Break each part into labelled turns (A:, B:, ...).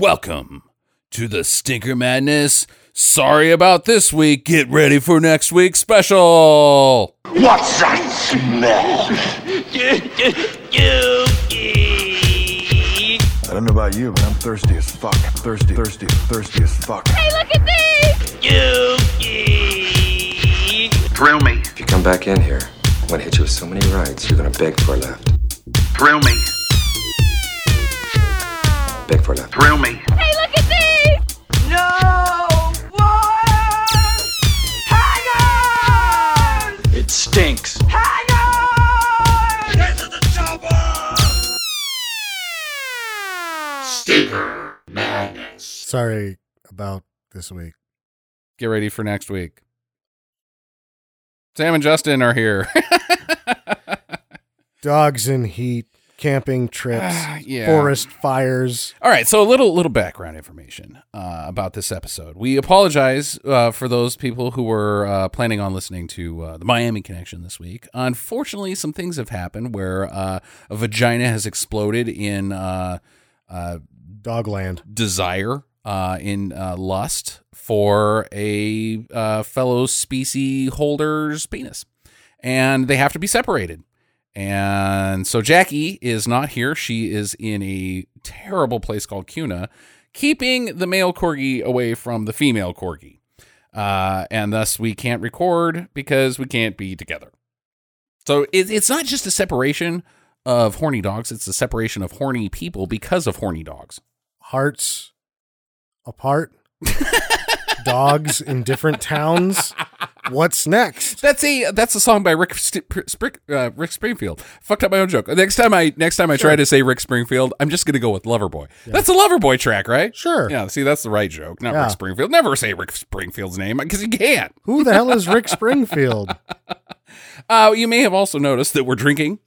A: Welcome to the Stinker Madness. Sorry about this week. Get ready for next week's special.
B: What's that smell?
C: I don't know about you, but I'm thirsty as fuck. Thirsty, thirsty, thirsty as fuck.
B: Thrill me,
D: If you come back in here, I'm gonna hit you with so many rights, you're gonna beg for a left.
B: thrill me,
D: Beg for a left.
B: thrill me.
E: Hey, look at these!
F: Sorry about this week.
A: Get ready for next week. Sam and Justin are here.
F: Dogs in heat, camping trips,
A: Ah, yeah.
F: forest fires.
A: All right, so a little little background information uh, about this episode. We apologize uh, for those people who were uh, planning on listening to uh, the Miami Connection this week. Unfortunately, some things have happened where uh, a vagina has exploded in uh, uh,
F: Dogland.
A: desire, uh, in uh, lust for a uh, fellow species holder's penis, and they have to be separated. And so Jackie is not here. She is in a terrible place called Cuna, keeping the male corgi away from the female corgi. Uh, and thus, we can't record because we can't be together. So it, it's not just a separation of horny dogs, it's a separation of horny people because of horny dogs.
F: Hearts apart. Dogs in different towns. What's next?
A: That's a that's a song by Rick St- Sprick, uh, Rick Springfield. Fucked up my own joke. Next time I next time I try to say Rick Springfield, I'm just gonna go with Loverboy. That's a Loverboy track, right?
F: Sure.
A: Yeah. See, that's the right joke. Not
F: Yeah.
A: Rick Springfield. Never say Rick Springfield's name because you can't.
F: Who the hell is Rick Springfield?
A: Uh, you may have also noticed that we're drinking.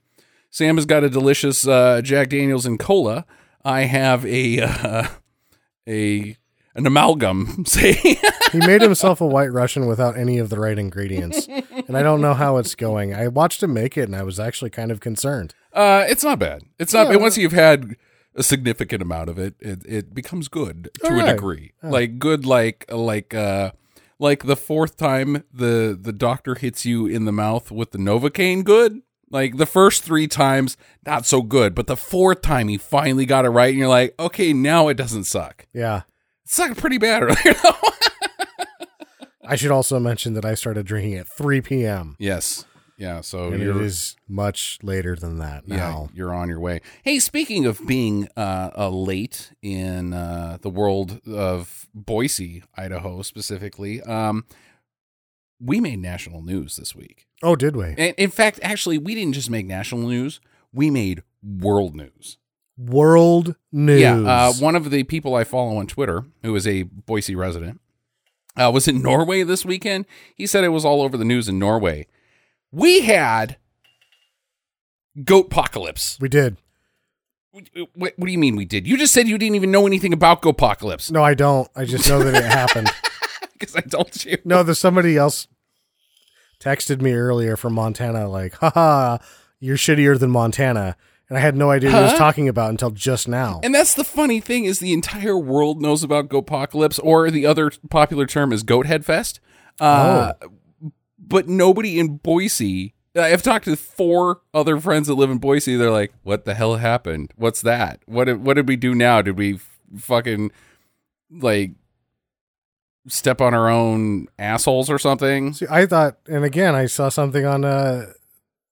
A: Sam has got a delicious uh, Jack Daniels and cola. I have a uh, a an amalgam. Say.
F: He made himself a white Russian without any of the right ingredients. And I don't know how it's going. I watched him make it and I was actually kind of concerned.
A: Uh, it's not bad. It's not.
F: Yeah.
A: Once you've had a significant amount of it, it, it becomes good to
F: All
A: a
F: right.
A: degree. Like good, like like uh, like the fourth time the the doctor hits you in the mouth with the novocaine. Good. Like the first three times, not so good, but the fourth time he finally got it right, and you're like, okay, now it doesn't suck.
F: Yeah.
A: It sucked pretty bad earlier. though.
F: I should also mention that I started drinking at 3 p.m.
A: yes. Yeah. So
F: And
A: you're-
F: it is much later than that now.
A: you're on your way. Hey, speaking of being uh, uh, late in uh, the world of Boise, Idaho, specifically, um, we made national news this week.
F: Oh, did we?
A: And in fact, actually, we didn't just make national news; we made world news.
F: World news.
A: Yeah, uh, one of the people I follow on Twitter, who is a Boise resident, uh, was in Norway this weekend. He said it was all over the news in Norway. We had goat apocalypse.
F: we did.
A: What, what do you mean we did? You just said you didn't even know anything about Gopocalypse
F: No, I don't. I just know that it happened.
A: because I told you.
F: No, there's somebody else texted me earlier from Montana, like, haha, you're shittier than Montana. And I had no idea what he was talking about until just now.
A: And that's the funny thing is the entire world knows about Gopocalypse, or the other popular term is Goathead Fest. Uh, But nobody in Boise. I've talked to four other friends that live in Boise. They're like, "What the hell happened? What's that? What did, what did we do now? Did we f- fucking like step on our own assholes or something?"
F: See, I thought, and again, I saw something on uh,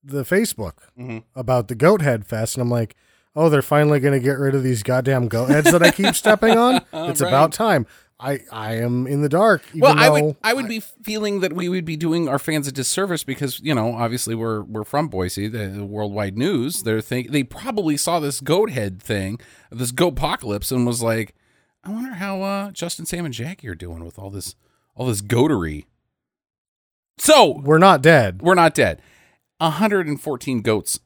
F: the Facebook
A: Mm-hmm.
F: about the Goat Head Fest, and I'm like, oh, they're finally going to get rid of these goddamn goat heads that I keep stepping on. It's about time. I, I am in the dark. Even
A: Well, I
F: though
A: would I would be feeling that we would be doing our fans a disservice because you know obviously we're we're from Boise, the, the worldwide news. They're think they probably saw this goat head thing, this goat apocalypse, and was like, I wonder how uh, Justin, Sam, and Jackie are doing with all this all this goatery. So
F: we're not dead.
A: we're not dead. 114 goats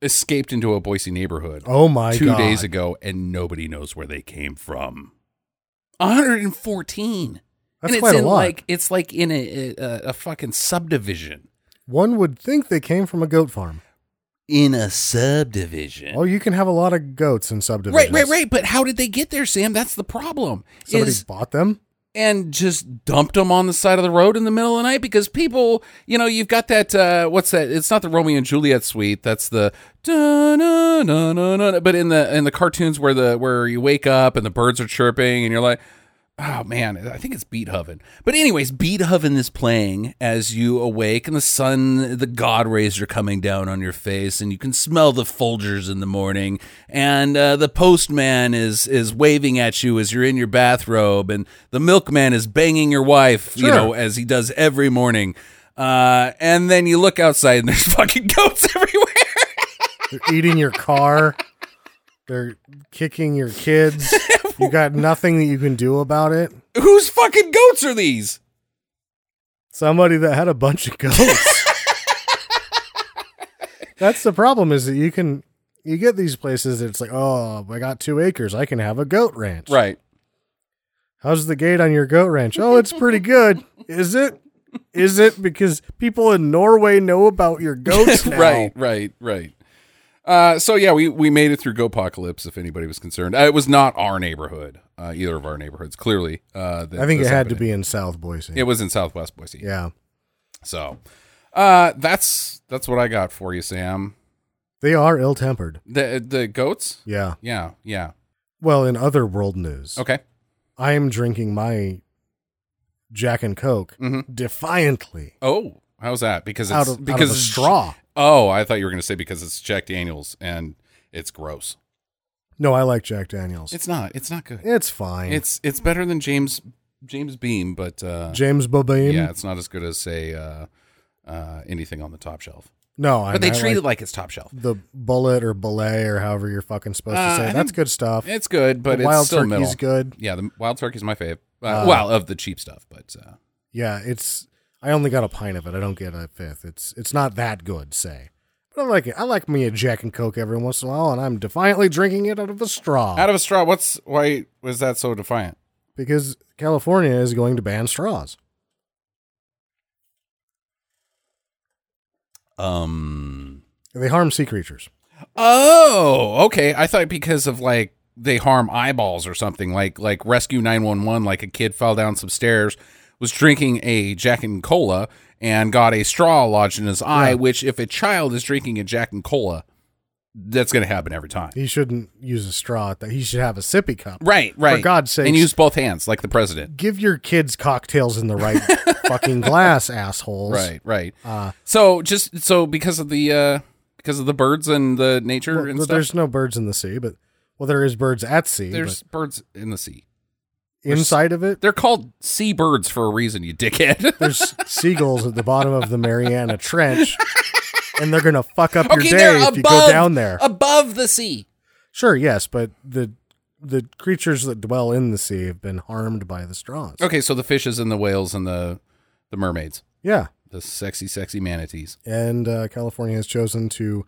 A: escaped into a Boise neighborhood
F: Oh my
A: two
F: god!
A: days ago, and nobody knows where they came from. 114
F: That's
A: and
F: quite
A: it's
F: a
A: in
F: lot.
A: like it's like in a, a a fucking subdivision.
F: One would think they came from a goat farm.
A: in a subdivision.
F: Oh, you can have a lot of goats in subdivisions.
A: right, right, right. But how did they get there, Sam? That's the problem.
F: Somebody
A: is-
F: bought them.
A: and just dumped them on the side of the road in the middle of the night because people, you know, you've got that uh, what's that? It's not the Romeo and Juliet suite. That's the da-na-na-na-na. but in the in the cartoons where the where you wake up and the birds are chirping and you're like. Oh man, I think it's Beethoven. But anyways, Beethoven is playing as you awake, and the sun, the god rays are coming down on your face, and you can smell the Folgers in the morning, and uh, the postman is is waving at you as you're in your bathrobe, and the milkman is banging your wife, you
F: Sure.
A: know, as he does every morning. Uh, and then you look outside, and there's fucking goats everywhere.
F: They're eating your car. They're kicking your kids. You got nothing that you can do about it.
A: Whose fucking goats are these?
F: Somebody that had a bunch of goats. That's the problem is that you can you get these places that it's like, oh, I got two acres. I can have a goat ranch.
A: Right.
F: How's the gate on your goat ranch? Oh, it's pretty good. Is it? Is it because people in Norway know about your goats now?
A: right, right, right. Uh, so yeah, we we made it through GoPocalypse. If anybody was concerned, uh, it was not our neighborhood, uh, either of our neighborhoods. Clearly, uh, that
F: I think it
A: this
F: had to
A: happened.
F: be in South Boise.
A: It was in Southwest Boise.
F: yeah.
A: So, uh, that's that's what I got for you, Sam.
F: They are ill tempered.
A: The the goats.
F: Yeah.
A: Yeah, yeah.
F: Well, in other world news,
A: Okay.
F: I am drinking my Jack and Coke defiantly
A: Oh, how's that? Because Mm-hmm. it's
F: out of,
A: because
F: out of a
A: it's-
F: straw.
A: Oh, I thought you were going to say because it's Jack Daniels and it's gross.
F: No, I like Jack Daniels. It's,
A: It's not. It's not good.
F: fine.
A: It's it's better than James James Beam, but uh,
F: James Bobine.
A: Yeah, it's not as good as say uh, uh, anything on the top shelf.
F: No, I
A: But they
F: I
A: treat
F: like
A: it like it's top shelf.
F: the bullet or belay or however you're fucking supposed
A: Uh,
F: to say.
A: I
F: it. That's
A: think-
F: good stuff.
A: It's good, but
F: The wild
A: it's still
F: turkey's
A: middle.
F: good.
A: Yeah, the wild turkey's my fave. Uh,
F: Uh,
A: well, of the cheap stuff, but uh,
F: Yeah, it's. I only got a pint of it. I don't get a fifth. It's it's not that good. Say, but I like it. I like me a Jack and Coke every once in a while, and I'm defiantly drinking it out of a straw
A: out of a straw. What's why was that so defiant?
F: because California is going to ban straws.
A: Um.
F: They harm sea creatures.
A: Oh, okay. I thought because of like they harm eyeballs or something. Like like rescue nine one one. Like a kid fell down some stairs, was drinking a Jack and Cola and got a straw lodged in his eye.
F: Yeah.
A: Which if a child is drinking a Jack and Cola, that's going to happen every time.
F: He shouldn't use a straw. at That he should have a sippy cup.
A: Right, right.
F: God's sakes.
A: And use both hands like the president.
F: Give your kids cocktails in the right fucking glass, assholes.
A: Right, right.
F: Uh,
A: So just so because of the uh because of the birds and the nature
F: well,
A: and
F: th-
A: stuff.
F: there's no birds in the sea, but well, there is birds at sea.
A: there's birds in the sea.
F: but inside of it,
A: They're called sea birds for a reason, you dickhead.
F: there's seagulls at the bottom of the Mariana Trench, and they're gonna fuck up
A: okay,
F: your
A: they're
F: day
A: above
F: if you go down there.
A: above the sea.
F: sure, yes, but the the creatures that dwell in the sea have been harmed by the straws.
A: Okay, so the fishes and the whales and the the mermaids,
F: Yeah,
A: the sexy sexy manatees.
F: and uh, California has chosen to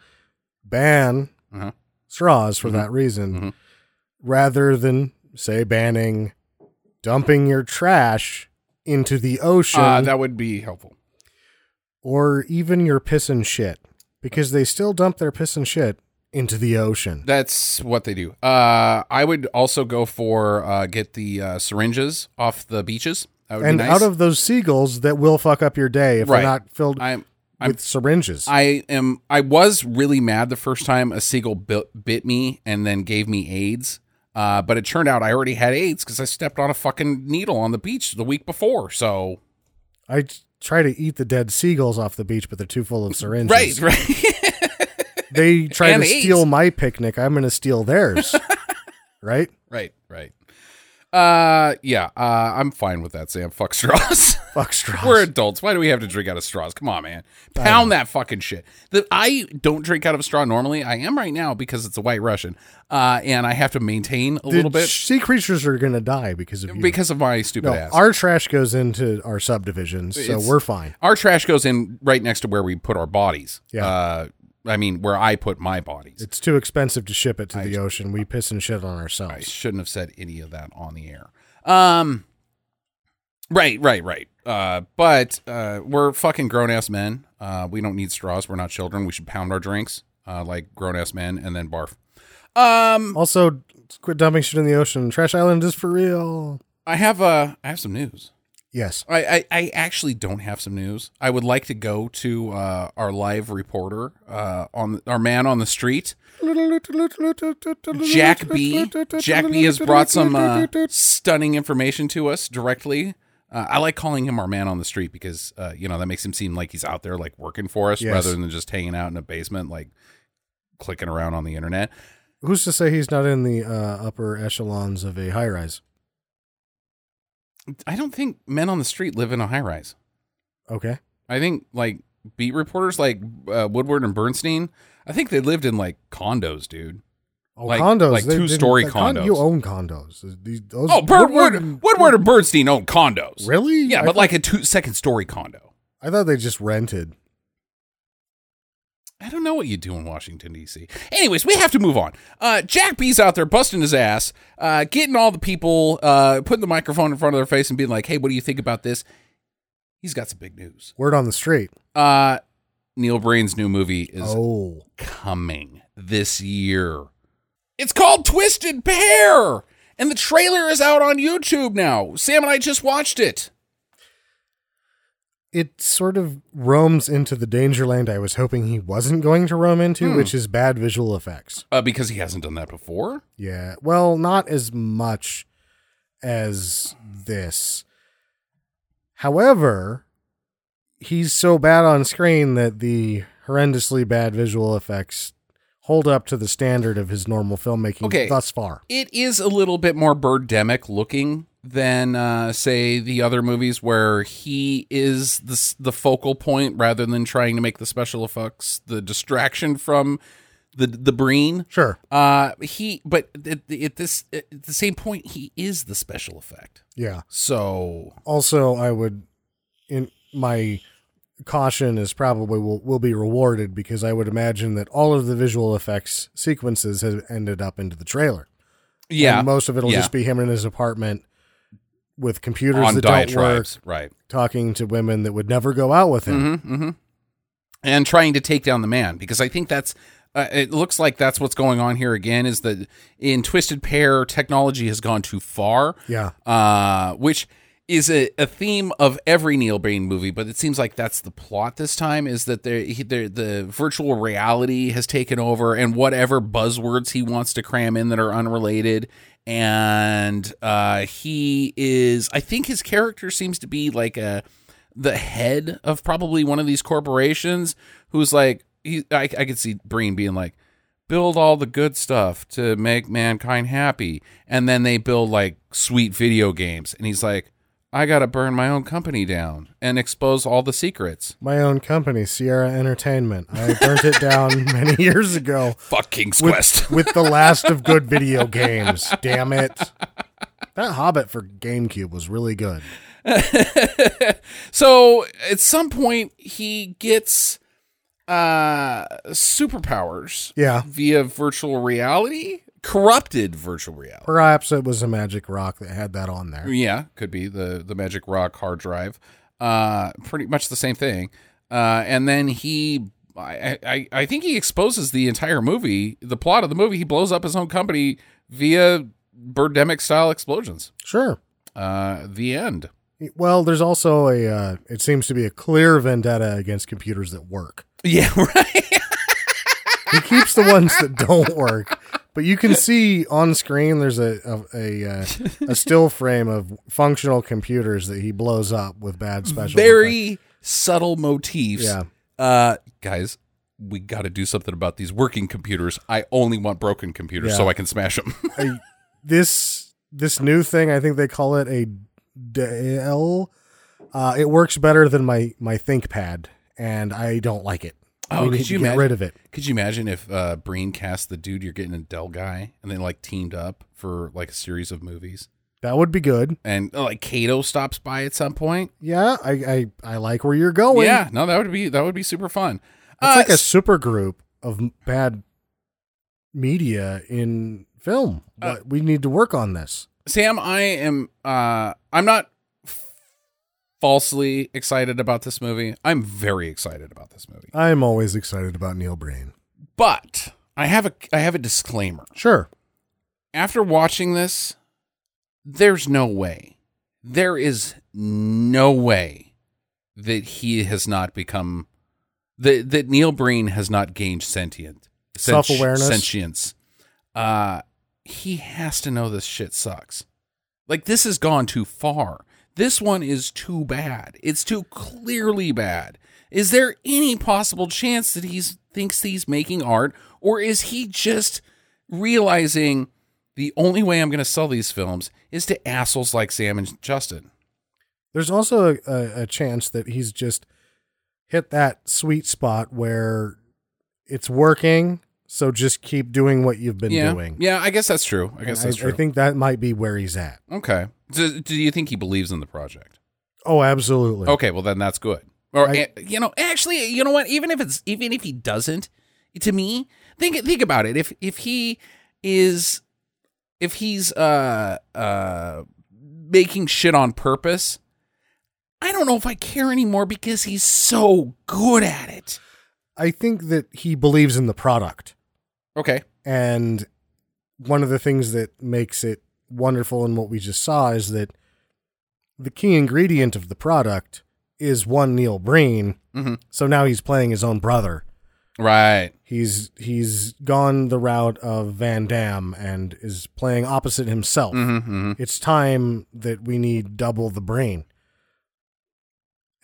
F: ban
A: Uh-huh.
F: straws for that reason,
A: Mhm.
F: rather than say banning dumping your trash into the ocean
A: Uh, that would be helpful.
F: or even your piss and shit, because they still dump their piss and shit into the ocean.
A: That's what they do. Uh, I would also go for uh, get the uh, syringes off the beaches. That would
F: and
A: be nice.
F: out of those seagulls that will fuck up your day if
A: Right.
F: they're not filled
A: I'm
F: with syringes.
A: I am. I was really mad the first time a seagull bit, bit me and then gave me AIDS. Uh, but it turned out I already had AIDS because I stepped on a fucking needle on the beach the week before. So
F: I t- try to eat the dead seagulls off the beach, but they're too full of syringes.
A: right, right.
F: They try
A: And
F: to
A: AIDS.
F: steal my picnic. I'm going to steal theirs. right?
A: right, right. Uh, yeah. Uh, I'm fine with that, Sam. Fuck straws.
F: Fuck straws.
A: We're adults. Why do we have to drink out of straws? Come on, man. Pound that fucking shit. That I don't drink out of a straw normally. I am right now because it's a white Russian. Uh, and I have to maintain a
F: The
A: little bit
F: Sea creatures are going to die because of you.
A: because of my stupid
F: no,
A: ass.
F: our trash goes into our subdivisions, so
A: It's-
F: we're fine.
A: our trash goes in right next to where we put our bodies.
F: Yeah.
A: Uh, I mean, where I put my bodies.
F: It's too expensive to ship it to the ocean. We piss and shit on
A: I
F: ourselves.
A: shouldn't have said any of that on the air. Um, right, right, right. Uh, but uh, we're fucking grown ass men. Uh, we don't need straws. We're not children. We should pound our drinks. uh, like grown ass men, and then barf. Um,
F: Also, quit dumping shit in the ocean. Trash Island is for real.
A: I have uh, I have some news.
F: Yes.
A: I, I, I actually don't have some news. I would like to go to uh, our live reporter, uh, on our man on the street, Jack B. Jack B. has brought some uh, stunning information to us directly. Uh, I like calling him our man on the street because uh, you know that makes him seem like he's out there like working for us
F: Yes.
A: rather than just hanging out in a basement like clicking around on the internet.
F: Who's to say he's not in the uh, upper echelons of a high rise?
A: I don't think men on the street live in a high rise.
F: Okay.
A: I think like beat reporters like uh, Woodward and Bernstein, I think they lived in like condos, dude.
F: Oh,
A: Like-
F: condos.
A: like
F: they-
A: two-story
F: they- con-
A: condos.
F: You own condos. These- those-
A: Oh, Bird, Woodward,
F: and-
A: Woodward and Bernstein own condos.
F: Really?
A: Yeah,
F: I
A: but
F: thought-
A: like a two second story condo.
F: I thought they just rented.
A: I don't know what you do in Washington D.C. Anyways, we have to move on. Uh, Jack B's out there busting his ass, uh, getting all the people, uh, putting the microphone in front of their face and being like, "Hey, what do you think about this?" He's got some big news.
F: Word on the street.
A: Uh, Neil Breen's new movie is
F: Oh,
A: coming this year. It's called Twisted Pair, and the trailer is out on YouTube now. Sam and I just watched it.
F: it sort of roams into the danger land I was hoping he wasn't going to roam into,
A: Hmm.
F: which is bad visual effects.
A: Uh, because he hasn't done that before.
F: Yeah. Well, not as much as this. However, he's so bad on screen that the horrendously bad visual effects hold up to the standard of his normal filmmaking
A: Okay.
F: thus far.
A: It is a little bit more birdemic looking than uh, say the other movies where he is the s- the focal point rather than trying to make the special effects the distraction from the the breen.
F: Sure.
A: Uh, he but at, at this at the same point he is the special effect.
F: Yeah.
A: So
F: also I would in my caution is probably will, will be rewarded because I would imagine that all of the visual effects sequences have ended up into the trailer.
A: yeah,
F: And most of it'll
A: Yeah.
F: just be him in his apartment with computers
A: on
F: that don't work,
A: diatribes, right?
F: talking to women that would never go out with him.
A: Mm-hmm, mm-hmm. And trying to take down the man because I think that's. Uh, it looks like that's what's going on here again. Is that in Twisted Pair technology has gone too far,
F: Yeah.
A: uh, which is a, a theme of every Neil Breen movie. But it seems like that's the plot this time. Is that there he- there- the virtual reality has taken over, and whatever buzzwords he wants to cram in that are unrelated. And uh, he is, I think his character seems to be like a the head of probably one of these corporations who's like he I, I could see Breen being like build all the good stuff to make mankind happy and then they build like sweet video games and he's like I got to burn my own company down and expose all the secrets
F: My own company, Sierra Entertainment. I burnt it down many years ago
A: fuck King's Quest
F: with, with the last of good video games. Damn it. That Hobbit for GameCube was really good.
A: so at some point he gets uh superpowers
F: Yeah.
A: via virtual reality corrupted virtual reality
F: Perhaps it was a magic rock that had that on there.
A: Yeah, could be the the Magic Rock hard drive. Uh, pretty much the same thing. Uh, and then he, I, I, I think he exposes the entire movie, the plot of the movie. He blows up his own company via birdemic style explosions.
F: Sure.
A: Uh, the end.
F: Well, there's also a. Uh, it seems to be a clear vendetta against computers that work.
A: Yeah, right.
F: He keeps the ones that don't work, but you can see on screen there's a a, a, uh, a still frame of functional computers that he blows up with bad special. effects.
A: Very subtle motifs.
F: Yeah.
A: Uh, guys. We got to do something about these working computers. I only want broken computers
F: Yeah.
A: so I can smash them.
F: I- this this new thing. I think they call it a DL. Uh, it works better than my my ThinkPad, and I don't like it.
A: Oh,
F: we need
A: could
F: to
A: you
F: get
A: imagine-
F: rid of it?
A: Could you imagine if uh, Breen cast the dude you're getting a Dell guy and then like teamed up for like a series of movies
F: That would be good.
A: and uh, like Kato stops by at some point?
F: Yeah, I, I, I like where you're going.
A: yeah, no, that would be that would be super fun.
F: It's
A: Uh,
F: Oh, like a
A: s-
F: super group of m- bad media in film.
A: Uh,
F: What we need to work on this.
A: Sam, I am uh, I'm not f- falsely excited about this movie. I'm very excited about this movie.
F: I'm always excited about Neil Breen.
A: But I have a I have a disclaimer.
F: Sure.
A: After watching this, there's no way. There is no way that he has not become that that Neil Breen has not gained sentient sent-
F: Self-awareness.
A: sentience. Uh he has to know this shit sucks. Like this has gone too far. This one is too bad. It's too clearly bad. Is there any possible chance that he's thinks he's making art or is he just realizing the only way I'm going to sell these films is to assholes like Sam and Justin?
F: There's also a, a, a chance that he's just hit that sweet spot where it's working. So just keep doing what you've been
A: yeah.
F: doing.
A: Yeah, I guess that's true. I guess
F: I,
A: that's true.
F: I think that might be where he's at.
A: okay. Do, do you think he believes in the project?
F: Oh, absolutely.
A: Okay, well then that's good. Or
F: I-
A: eh, you know, actually, you know what? Even if it's even if he doesn't, to me, think think about it. If if he is if he's uh uh making shit on purpose, I don't know if I care anymore because he's so good at it.
F: I think that he believes in the product.
A: Okay.
F: And one of the things that makes it wonderful in what we just saw is that the key ingredient of the product is one Neil Breen.
A: Mhm.
F: So now he's playing his own brother.
A: Right.
F: He's he's gone the route of Van Damme and is playing opposite himself.
A: Mm-hmm,
F: It's time that we need double the brain.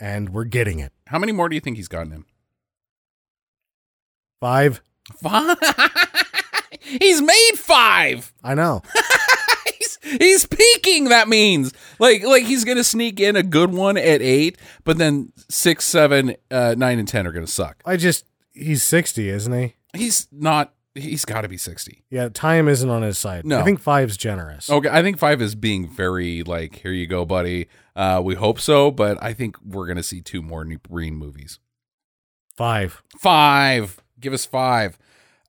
F: And we're getting it.
A: How many more do you think he's gotten him?
F: Five.
A: Five. he's made five.
F: I know.
A: he's, he's peaking. That means like like he's gonna sneak in a good one at eight, but then six, seven, uh, nine, and ten are gonna suck.
F: I just he's sixty, isn't he?
A: He's not. He's got to be sixty.
F: Yeah, time isn't on his side.
A: No. Oh,
F: I think five's generous.
A: Okay, I think five is being very like, here you go, buddy. Uh, we hope so, but I think we're gonna see two more new Breen movies.
F: Five.
A: Five, give us five.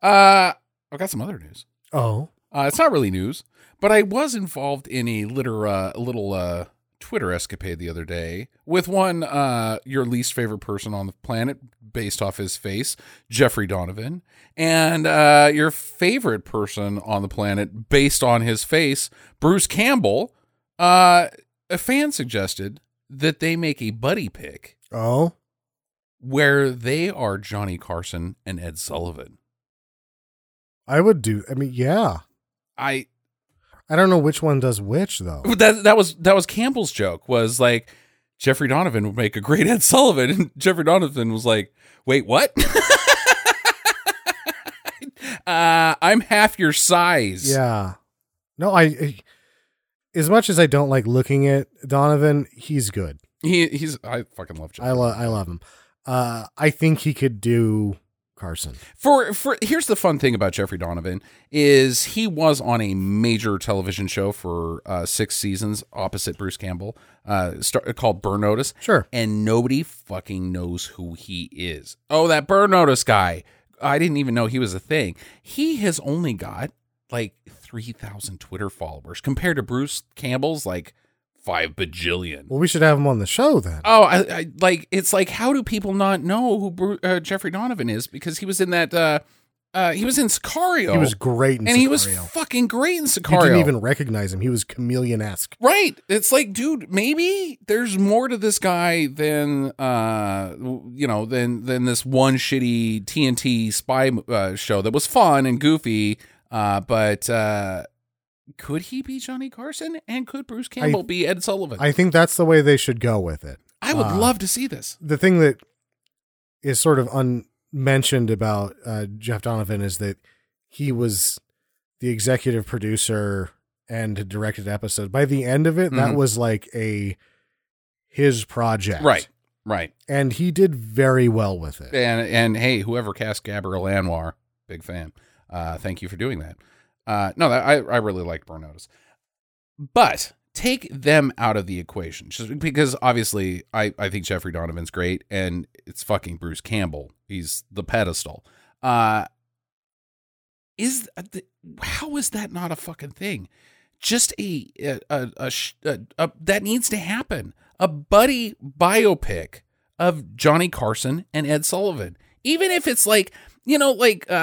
A: Uh, I've got some other news.
F: Oh.
A: Uh, it's not really news, but I was involved in a litter, uh, a little uh, Twitter escapade the other day with one uh, your least favorite person on the planet, based off his face, Jeffrey Donovan, and uh, your favorite person on the planet, based on his face, Bruce Campbell. Uh, a fan suggested that they make a buddy pick
F: Oh.
A: where they are Johnny Carson and Ed Sullivan.
F: I would do I mean, yeah.
A: I
F: I don't know which one does which though.
A: Well, that that was that was Campbell's joke was like Jeffrey Donovan would make a great Ed Sullivan, and Jeffrey Donovan was like, "Wait, what? uh, I'm half your size."
F: Yeah. No, I, I as much as I don't like looking at Donovan, he's good.
A: he he's I fucking love Jeff.
F: I love I love him. Uh I think he could do Carson.
A: for for here's the fun thing about Jeffrey Donovan is he was on a major television show for uh, six seasons opposite Bruce Campbell, uh, start, called Burn Notice.
F: Sure.
A: and nobody fucking knows who he is. Oh, that burn notice guy. I didn't even know he was a thing. He has only got like 3,000 Twitter followers compared to Bruce Campbell's like 5 bajillion.
F: Well, we should have him on the show then.
A: Oh, I, I like it's like how do people not know who Bru- uh, Jeffrey Donovan is because he was in that uh uh he was in Sicario.
F: he was great in
A: and he was
F: Sicario.
A: fucking great in Sicario.
F: you didn't even recognize him. He was chameleon esque.
A: Right. It's like, dude, maybe there's more to this guy than uh you know, than than this one shitty TNT spy uh, show that was fun and goofy, uh but uh could he be Johnny Carson and could Bruce Campbell be Ed Sullivan? I,
F: I think that's the way they should go with it.
A: would
F: uh,
A: love to see this.
F: the thing that is sort of unmentioned about uh, Jeff Donovan is that he was the executive producer and had directed episodes. By the end of it, that
A: Mhm.
F: was like a his project,
A: Right. Right.
F: And he did very well with it.
A: And and hey, whoever cast Gabriel Anwar, big fan. Uh, thank you for doing that. Uh, no, that, I I really like Burn Notice, but take them out of the equation just because obviously I I think Jeffrey Donovan's great and it's fucking Bruce Campbell. He's the pedestal. Uh, is uh, how is that not a fucking thing? Just a a a, a, sh- a, a that needs to happen. A buddy biopic of Johnny Carson and Ed Sullivan. Even if it's like you know, like uh,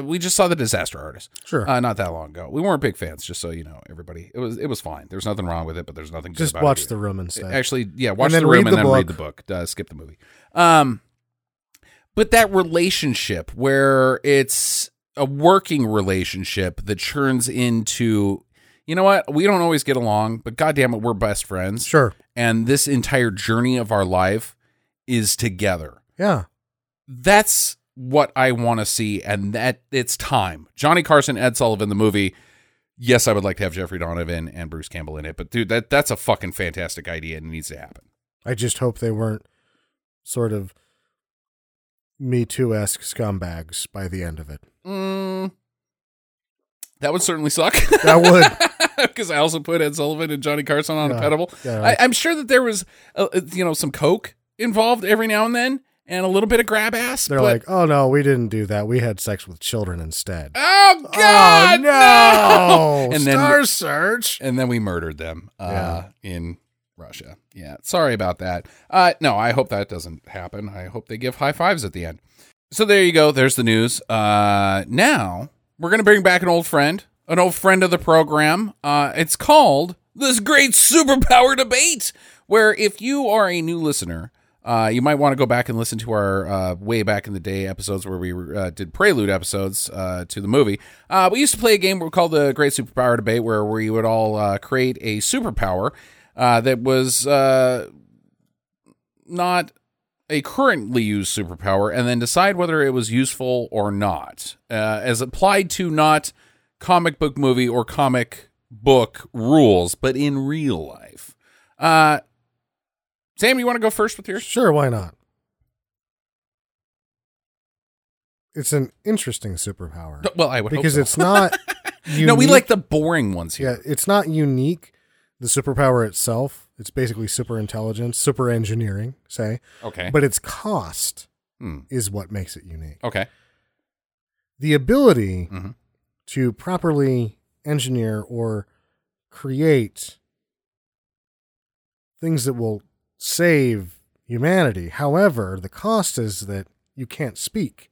A: uh, we just saw the Disaster Artist
F: Sure.
A: uh, not that long ago. We weren't big fans, just so you know, everybody. It was it was fine. There's nothing wrong with it, but there's nothing good
F: Just
A: about it
F: watch
A: either.
F: the room instead.
A: Actually, yeah, watch
F: then
A: the room
F: read
A: and
F: the
A: then read the
F: book.
A: book. Uh, skip the movie. Um, but that relationship where it's a working relationship that turns into, you know what? We don't always get along, but goddamn it, we're best friends.
F: sure.
A: And this entire journey of our life is together.
F: Yeah.
A: That's what I want to see, and that it's time. Johnny Carson, Ed Sullivan, the movie. Yes, I would like to have Jeffrey Donovan and Bruce Campbell in it, but dude, that that's a fucking fantastic idea and it needs to happen.
F: I just hope they weren't sort of Me Too esque scumbags by the end of it.
A: Mm, that would certainly suck.
F: That would.
A: Because I also put Ed Sullivan and Johnny Carson on a
F: Yeah,
A: pedestal.
F: yeah.
A: I, I'm sure that there was, uh, uh, you know, some coke involved every now and then, and a little bit of grab ass.
F: They're
A: but-
F: like, oh no, we didn't do that. We had sex with children instead.
A: oh god, no!
F: And
A: And then,
F: Star Search.
A: and then we murdered them uh, in Russia. Yeah, sorry about that. Uh, no, I hope that doesn't happen. I hope they give high fives at the end. So there you go. There's the news. Uh, now we're gonna bring back an old friend, an old friend of the program. Uh, it's called this great superpower debate, where if you are a new listener. Uh, you might want to go back and listen to our uh, way back in the day episodes where we uh, did prelude episodes uh, to the movie. Uh, we used to play a game called the Great Superpower Debate, where we would all uh, create a superpower uh, that was uh, not a currently used superpower and then decide whether it was useful or not uh, as applied to not comic book movie or comic book rules but in real life uh, sam you want to go first with yours
F: Sure, why not? It's an interesting superpower
A: well i would
F: because
A: hope so.
F: it's not. unique.
A: no we like the boring ones here
F: Yeah, it's not unique. The superpower itself, it's basically super intelligence, super engineering, say,
A: okay
F: but its cost
A: Hmm.
F: is what makes it unique.
A: okay
F: The ability
A: Mhm.
F: to properly engineer or create things that will save humanity. However, the cost is that you can't speak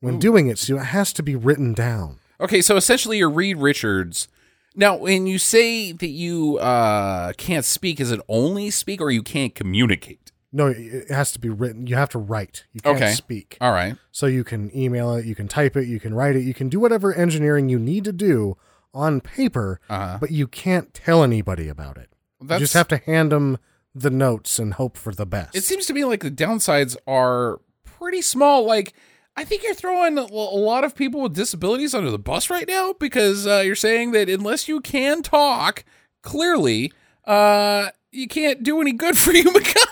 F: when
A: Ooh.
F: doing it, so it has to be written down.
A: Okay, so essentially you're Reed Richards. Now, when you say that you uh, can't speak, is it only speak or you can't communicate?
F: No, it- it has to be written. You have to write. You can't
A: Okay.
F: speak.
A: All right.
F: So you can email it, you can type it, you can write it, you can do whatever engineering you need to do on paper,
A: Uh-huh.
F: but you can't tell anybody about it.
A: That's,
F: You just have to hand them the notes and hope for the best.
A: it seems to me like the downsides are pretty small. Like, I think you're throwing a a lot of people with disabilities under the bus right now because uh, you're saying that unless you can talk clearly, uh, you can't do any good for humankind.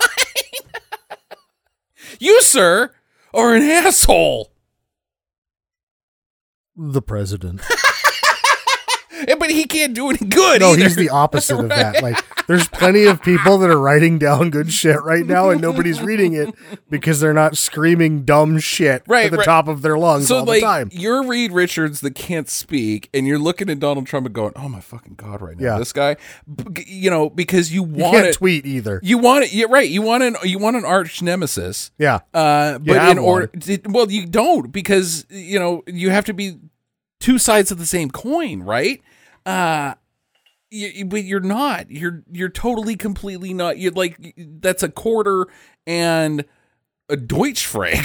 A: you, sir, are an asshole.
F: the president.
A: Yeah, But he can't do any good.
F: No,
A: either.
F: he's the opposite of that. Like, there's plenty of people that are writing down good shit right now, and nobody's reading it because they're not screaming dumb shit
A: Right,
F: at the
A: right.
F: top of their lungs
A: so
F: all
A: like
F: the time.
A: you're Reed Richards that can't speak, and you're looking at Donald Trump and going, "Oh my fucking god, right now,
F: Yeah.
A: this guy," B- you know, because you
F: You
A: want
F: can't
A: it.
F: tweet either.
A: You want it. You're right. You want an you want an arch nemesis.
F: Yeah.
A: Uh, but
F: have
A: in order, did- well, you don't because you know you have to be two sides of the same coin, right? Uh, you, you- but you're not. You're you're totally completely not. You're like that's a quarter and a Deutschfrank.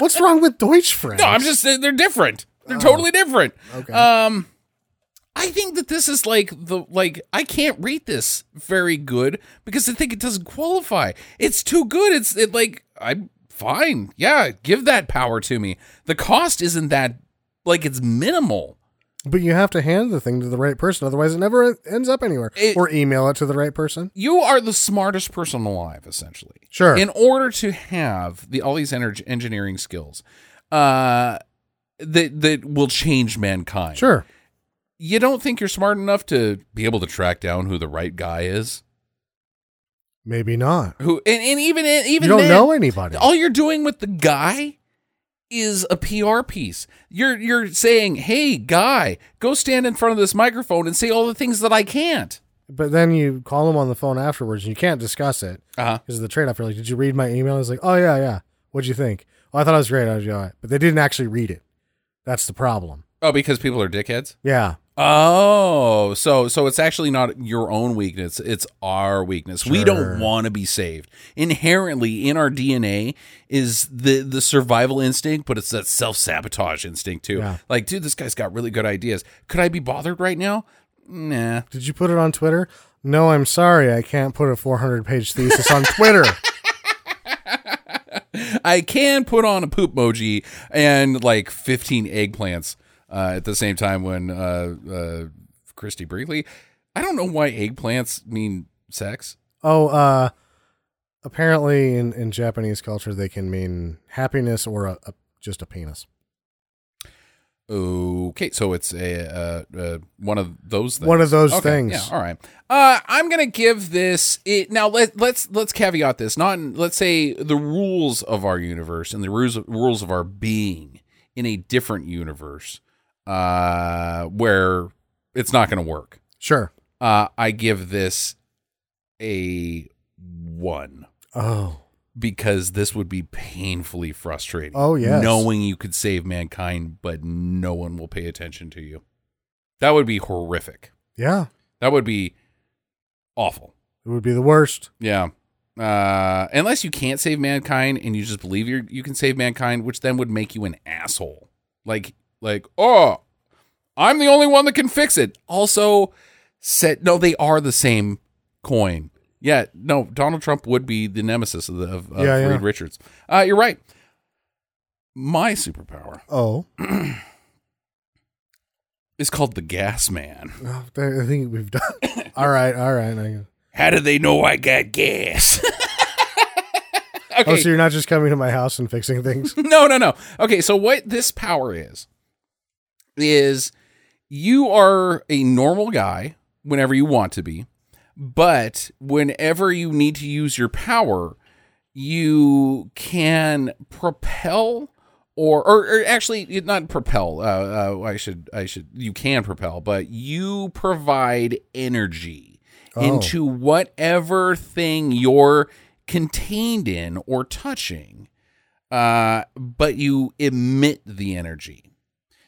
F: What's wrong with Deutsch French?
A: No, I'm just they're, they're different.
F: Oh.
A: They're totally different. Okay. Um I think that this is like the like I can't rate this very good because I think it doesn't qualify. It's too good. It's it like I'm fine. Yeah, give that power to me. The cost isn't that like it's minimal.
F: But you have to hand the thing to the right person, otherwise it never ends up anywhere.
A: It-
F: or email it to the right person.
A: You are the smartest person alive, essentially.
F: Sure.
A: in order to have the all these energy engineering skills uh that that will change mankind
F: sure.
A: you don't think you're smart enough to be able to track down who the right guy is
F: Maybe not.
A: who and, and even even
F: You don't
A: then,
F: know anybody.
A: all you're doing with the guy is a PR piece. You're you're saying, "Hey guy, go stand in front of this microphone and say all the things that I can't."
F: But then you call them on the phone afterwards and you can't discuss it
A: Uh-huh.
F: because of the trade off. You're like, did you read my email? He's like, oh, yeah, yeah. What'd you think? Oh, I thought it was great. I was all right. But they didn't actually read it. That's the problem.
A: Oh, because people are dickheads.
F: Yeah.
A: Oh, so so it's actually not your own weakness; it's our weakness. We
F: Sure.
A: don't want to be saved. Inherently in our DNA is the the survival instinct, but it's that self sabotage instinct too.
F: Yeah.
A: Like, dude, this guy's got really good ideas. Could I be bothered right now? Nah.
F: Did you put it on Twitter? No, I'm sorry. I can't put a 400 page thesis on Twitter.
A: I can put on a poop emoji and like 15 eggplants uh, at the same time when uh, uh, Christy Brinkley. I don't know why eggplants mean sex.
F: Oh, uh, apparently in, in Japanese culture, they can mean happiness or a, a, just a penis.
A: Okay, so it's a uh, uh, one of those things.
F: One of those
A: Okay,
F: things.
A: Yeah, all right. Uh, I'm gonna give this it now. Let let's let's caveat this. Not in, let's say the rules of our universe and the rules rules of our being in a different universe, uh, where it's not gonna work.
F: Sure.
A: Uh, I give this a one
F: Oh.
A: because this would be painfully frustrating.
F: Oh, yes.
A: knowing you could save mankind, but no one will pay attention to you. That would be horrific.
F: Yeah.
A: That would be awful.
F: It would be the worst.
A: Yeah. Uh, unless you can't save mankind and you just believe you you can save mankind, which then would make you an asshole. Like like oh, I'm the only one that can fix it. Also, said no, they are the same coin. Yeah, no, Donald Trump would be the nemesis of, the, of, of
F: Yeah, yeah.
A: Reed Richards. Uh, you're right. My superpower
F: Oh.
A: is called the Gas Man.
F: I think we've done. all right. All right. I-
A: How do they know I got gas? okay.
F: Oh, so you're not just coming to my house and fixing things?
A: No, no, no. Okay, so what this power is is you are a normal guy whenever you want to be, but whenever you need to use your power, you can propel or or, or actually not propel. Uh, uh, I should I should you can propel, but you provide energy
F: Oh.
A: into whatever thing you're contained in or touching uh, but you emit the energy.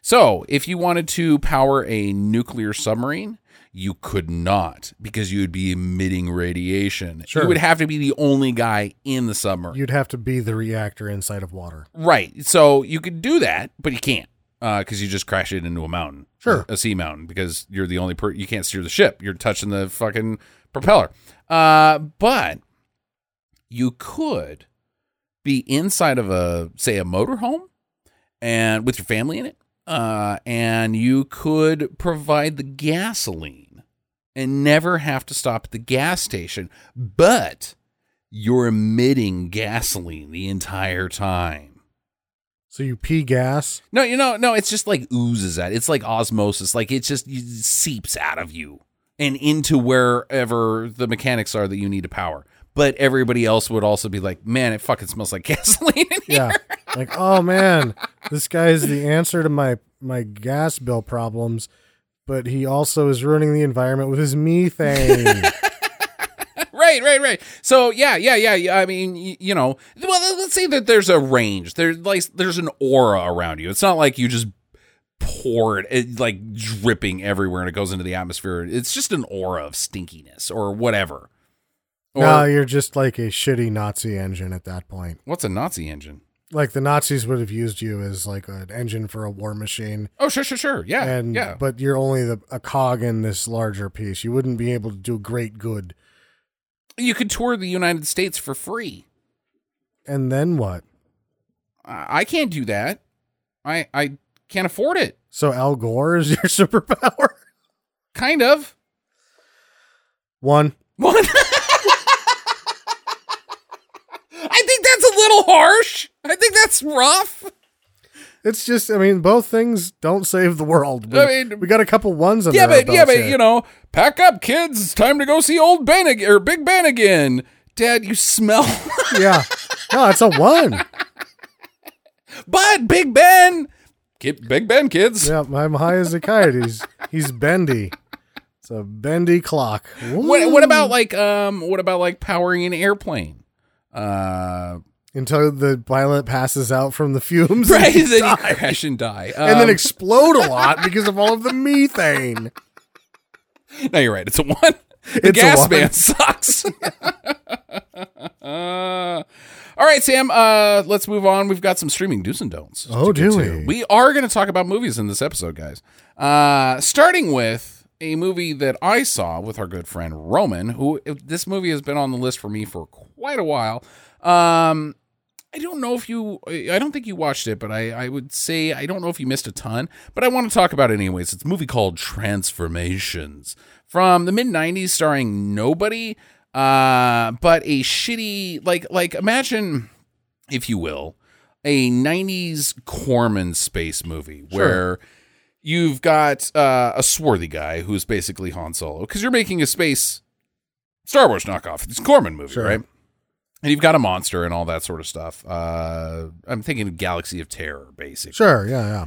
A: So, if you wanted to power a nuclear submarine, you could not because you would be emitting radiation.
F: Sure.
A: You would have to be the only guy in the submarine.
F: You'd have to be the reactor inside of water.
A: right. So, you could do that, but you can't because you just crash it into a mountain.
F: Sure.
A: A sea mountain because you're the only per you can't steer the ship. You're touching the fucking propeller. Uh, but you could be inside of a say a motorhome and with your family in it uh, and you could provide the gasoline and never have to stop at the gas station but you're emitting gasoline the entire time
F: So you pee gas.
A: no you know no it's just like oozes out it's like osmosis like it just it seeps out of you and into wherever the mechanics are that you need to power but everybody else would also be like man it fucking smells like gasoline in here."
F: Yeah. like, oh man, this guy is the answer to my my gas bill problems, but he also is ruining the environment with his methane.
A: right, right, right. So yeah, yeah, yeah. yeah, I mean, you, you know, well, let's say that there's a range. There's like there's an aura around you. It's not like you just pour it, it like dripping everywhere and it goes into the atmosphere. It's just an aura of stinkiness or whatever. Or
F: now you're just like a shitty Nazi engine at that point.
A: what's a Nazi engine?
F: Like the Nazis would have used you as like an engine for a war machine,
A: Oh, sure, sure, sure. Yeah,
F: and
A: yeah.
F: but you're only the, a cog in this larger piece. You wouldn't be able to do great good.
A: you could tour the United States for free.
F: And then what?
A: I, I can't do that. I I can't afford it.
F: So Al Gore is your superpower?
A: Kind of.
F: One.
A: What? I think that's a little harsh. I think that's rough.
F: It's just, I mean, both things don't save the world. We,
A: I mean-
F: we got a couple ones on
A: yeah,
F: there.
A: but yeah, but you know, pack up, kids. It's time to go see old Ben ag- or Big Ben again. Dad, you smell.
F: yeah. No, it's a one.
A: but Big Ben, Kid- Big Ben, kids.
F: Yeah, I'm high as a kite. He's he's bendy. It's a bendy clock.
A: What, what about like um? What about like powering an airplane? Uh,
F: until the pilot passes out from the fumes, and
A: Right,
F: he
A: and then you
F: dies.
A: crash and die,
F: and then
A: Um,
F: explode a lot because of all of the methane.
A: No, you're right. It's a one. The
F: It's a
A: gas
F: one.
A: man sucks. Uh, all right, Sam. Uh, let's move on. We've got some streaming do's and don'ts.
F: Oh,
A: to get
F: do
A: to.
F: we?
A: We are going to talk about movies in this episode, guys. Uh, starting with a movie that I saw with our good friend Roman. Who this movie has been on the list for me for quite a while. Um, I don't know if you, I don't think you watched it, but I, I would say I don't know if you missed a ton, but I want to talk about it anyways. It's a movie called Transformations from the mid 90s, starring nobody, uh, but a shitty, like, like imagine, if you will, a 90s Corman space movie where you've got uh, a swarthy guy who's basically Han Solo because you're making a space Star Wars knockoff. It's a Corman movie,
F: Sure.
A: right? And you've got a monster and all that sort of stuff. Uh, I'm thinking Galaxy of Terror, basically.
F: Sure, yeah, yeah.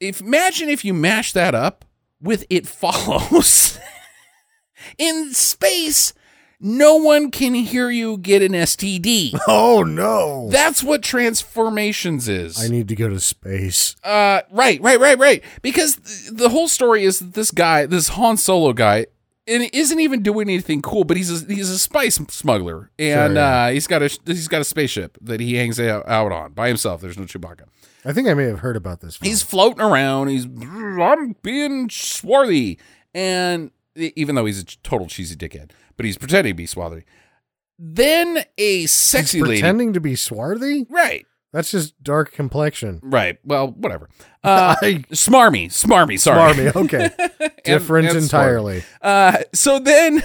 A: If imagine if you mash that up with It Follows in space. No one can hear you get an STD.
F: Oh no!
A: That's what transformations is.
F: I need to go to space.
A: Uh, right, right, right, right. Because th- the whole story is that this guy, this Han Solo guy, and isn't even doing anything cool, but he's a, he's a spice smuggler, and
F: Sure, yeah.
A: uh, he's got a he's got a spaceship that he hangs out, out on by himself. There's no Chewbacca.
F: I think I may have heard about this. film.
A: He's floating around. He's I'm being swarthy, and e, even though he's a total cheesy dickhead, but he's pretending to be swarthy. Then a
F: He's
A: sexy lady,
F: pretending to be swarthy.
A: right?
F: That's just dark complexion.
A: Right. Well, whatever. Uh, smarmy, smarmy. Sorry.
F: Smarmy. Okay,
A: And-
F: different
A: and smarmy.
F: entirely.
A: Uh, so then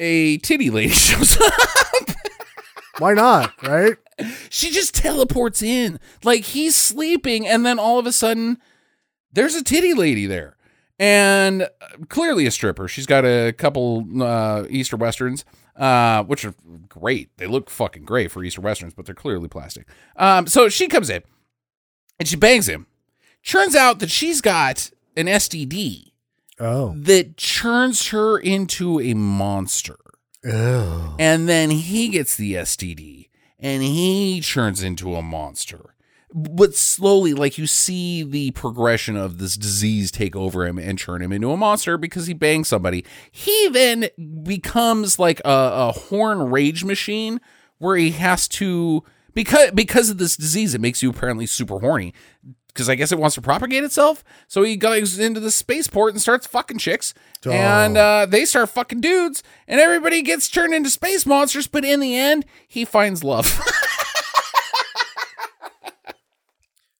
A: a titty lady shows up.
F: Why not? Right?
A: She just teleports in. Like he's sleeping, and then all of a sudden, there's a titty lady there. And uh, clearly a stripper. She's got a couple uh, Easter Westerns, uh, which are great. They look fucking great for Easter Westerns, but they're clearly plastic. Um, so she comes in and she bangs him. Turns out that she's got an STD
F: Oh,
A: that turns her into a monster.
F: oh,
A: And then he gets the STD and he turns into a monster. But slowly, like you see the progression of this disease take over him and turn him into a monster because he bangs somebody. He then becomes like a, a horn rage machine where he has to because because of this disease, it makes you apparently super horny. Because I guess it wants to propagate itself. So he goes into the spaceport and starts fucking chicks.
F: Oh.
A: And uh, they start fucking dudes, and everybody gets turned into space monsters. But in the end, he finds love.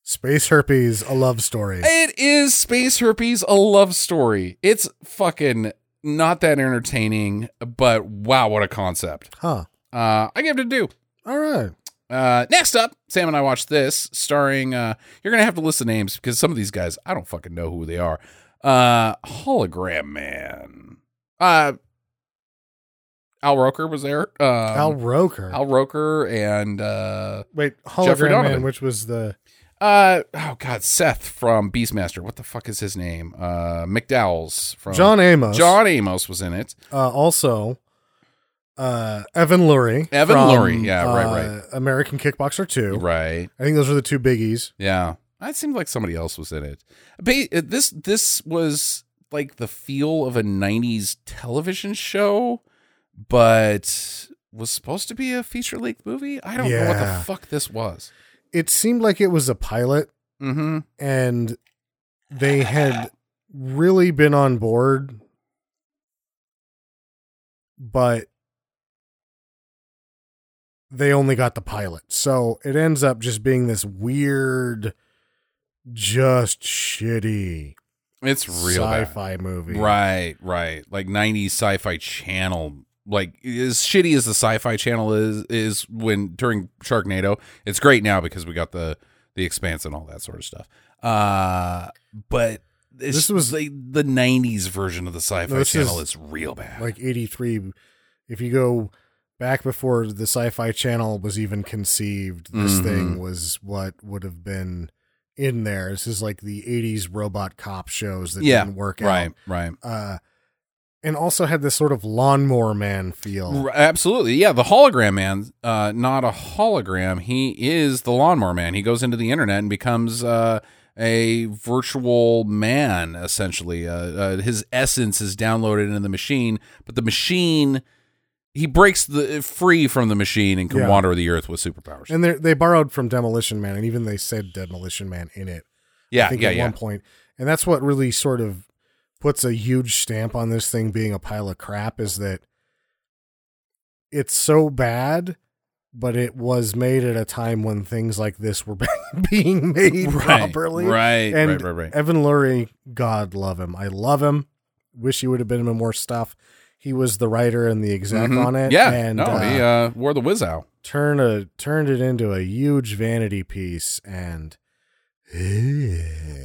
F: space herpes, a love story.
A: it is space herpes, a love story. It's fucking not that entertaining, but wow, what a concept!
F: Huh.
A: Uh, I give it a do.
F: All right.
A: Uh, next up, Sam and I watched this, starring. Uh, you're gonna have to list the names because some of these guys I don't fucking know who they are. Uh, Hologram Man. Uh, Al Roker was there. Um,
F: Al Roker.
A: Al Roker and uh,
F: Wait,
A: Jeffrey
F: Hologram
A: Donovan.
F: Man, which was the
A: uh oh god, Seth from Beastmaster. What the fuck is his name? Uh, McDowell's from
F: John Amos.
A: John Amos was in it.
F: Uh, also, uh, Evan Lurie.
A: Evan
F: from,
A: Lurie, yeah, right,
F: uh, American Kickboxer 2.
A: Right.
F: I think those are the two biggies.
A: Yeah, that seemed like somebody else was in it. Ba- uh, This this was like the feel of a '90s television show, but was supposed to be a feature length movie. I don't know what the
F: Yeah.
A: fuck this was.
F: It seemed like it was a pilot,
A: Mm-hmm.
F: and they had really been on board, but they only got the pilot. So it ends up just being this weird, just shitty
A: It's real bad.
F: sci-fi movie.
A: Right, right. Like 90s sci-fi channel. Like as shitty as the sci-fi channel is is when during Sharknado, it's great now because we got the the expanse and all that sort of stuff. Uh but it's,
F: This was-
A: like the 90s version of the sci-fi
F: No, this
A: channel
F: is
A: is real bad.
F: like 83 if you go back before the sci-fi channel was even conceived this
A: Mhm.
F: thing was what would have been in there this is like the 80s robot cop shows that
A: yeah,
F: didn't work
A: right,
F: out
A: right.
F: uh and also had this sort of lawnmower man feel.
A: R- Absolutely. Yeah, the hologram man, uh, not a hologram. He is the lawnmower man. He goes into the internet and becomes uh, a virtual man, essentially. Uh, uh, his essence is downloaded into the machine, but the machine, he breaks the free from the machine and can
F: Yeah.
A: wander the earth with superpowers.
F: And they they borrowed from Demolition Man, and even they said Demolition Man in it. I
A: yeah,
F: think
A: yeah,
F: at
A: yeah.
F: one point. And that's what really sort of puts a huge stamp on this thing being a pile of crap is that it's so bad, but it was made at a time when things like this were being made
A: Right,
F: properly.
A: right,
F: and
A: right, right, right.
F: Evan Lurie, God love him. I love him. Wish he would have been in more stuff. He was the writer and the exec
A: Mhm.
F: on it.
A: yeah,
F: and
A: no,
F: uh,
A: he uh, wore the whiz out.
F: turn a turned it into a huge vanity piece and
A: I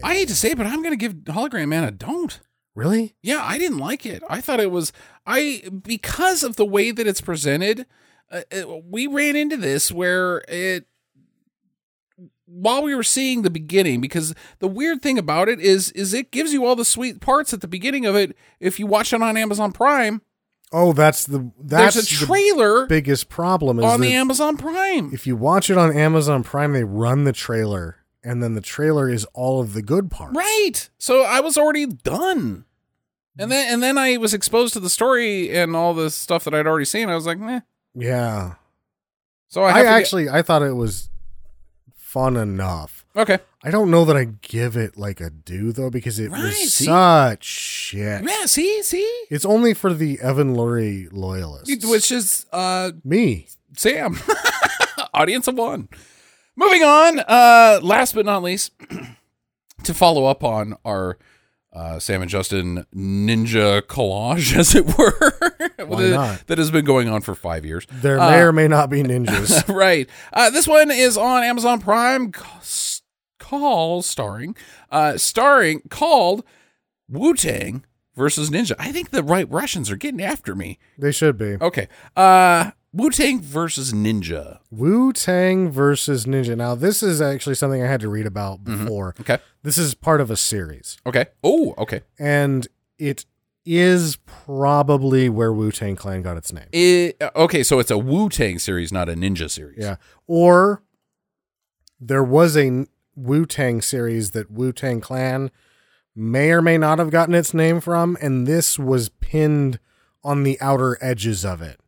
A: hate to say, it, but I'm going to give hologram man a don't.
F: really
A: Yeah, I didn't like it. I thought it was I because of the way that it's presented. Uh, it, we ran into this where it while we were seeing the beginning because the weird thing about it is is it gives you all the sweet parts at the beginning of it if you watch it on Amazon Prime.
F: Oh, that's the that's
A: there's a
F: the
A: trailer
F: biggest problem is
A: on
F: that
A: the Amazon Prime.
F: if you watch it on Amazon Prime, they run the trailer, and then the trailer is all of the good parts.
A: Right. So I was already done. And then and then I was exposed to the story and all the stuff that I'd already seen. I was like, "Meh."
F: Yeah.
A: So I,
F: I,
A: have to get-
F: actually I thought it was fun enough.
A: Okay.
F: I don't know that I give it like a do though because it
A: Right,
F: was
A: see?
F: such shit.
A: Yeah, see, see?
F: It's only for the Evan Lurie loyalists.
A: Which is uh
F: me.
A: Sam. Audience of one. Moving on, uh last but not least, to follow up on our uh, Sam and Justin ninja collage, as it were,
F: Why not?
A: that has been going on for five years.
F: There may or may not be ninjas.
A: right. Uh, this one is on Amazon Prime. ca- s- Call starring, uh, starring called Wu Tang versus Ninja. I think the right Russians are getting after me.
F: they should be.
A: Okay. Uh, Wu Tang versus Ninja.
F: Wu Tang versus Ninja. Now, this is actually something I had to read about
A: Mm-hmm.
F: before.
A: Okay.
F: This is part of a series,
A: Okay. Oh, okay.
F: and it is probably where Wu Tang Clan got its name.
A: It, uh, okay. So it's a Wu Tang series, not a Ninja series.
F: Yeah. Or there was a Wu Tang series that Wu Tang Clan may or may not have gotten its name from, and this was pinned on the outer edges of it.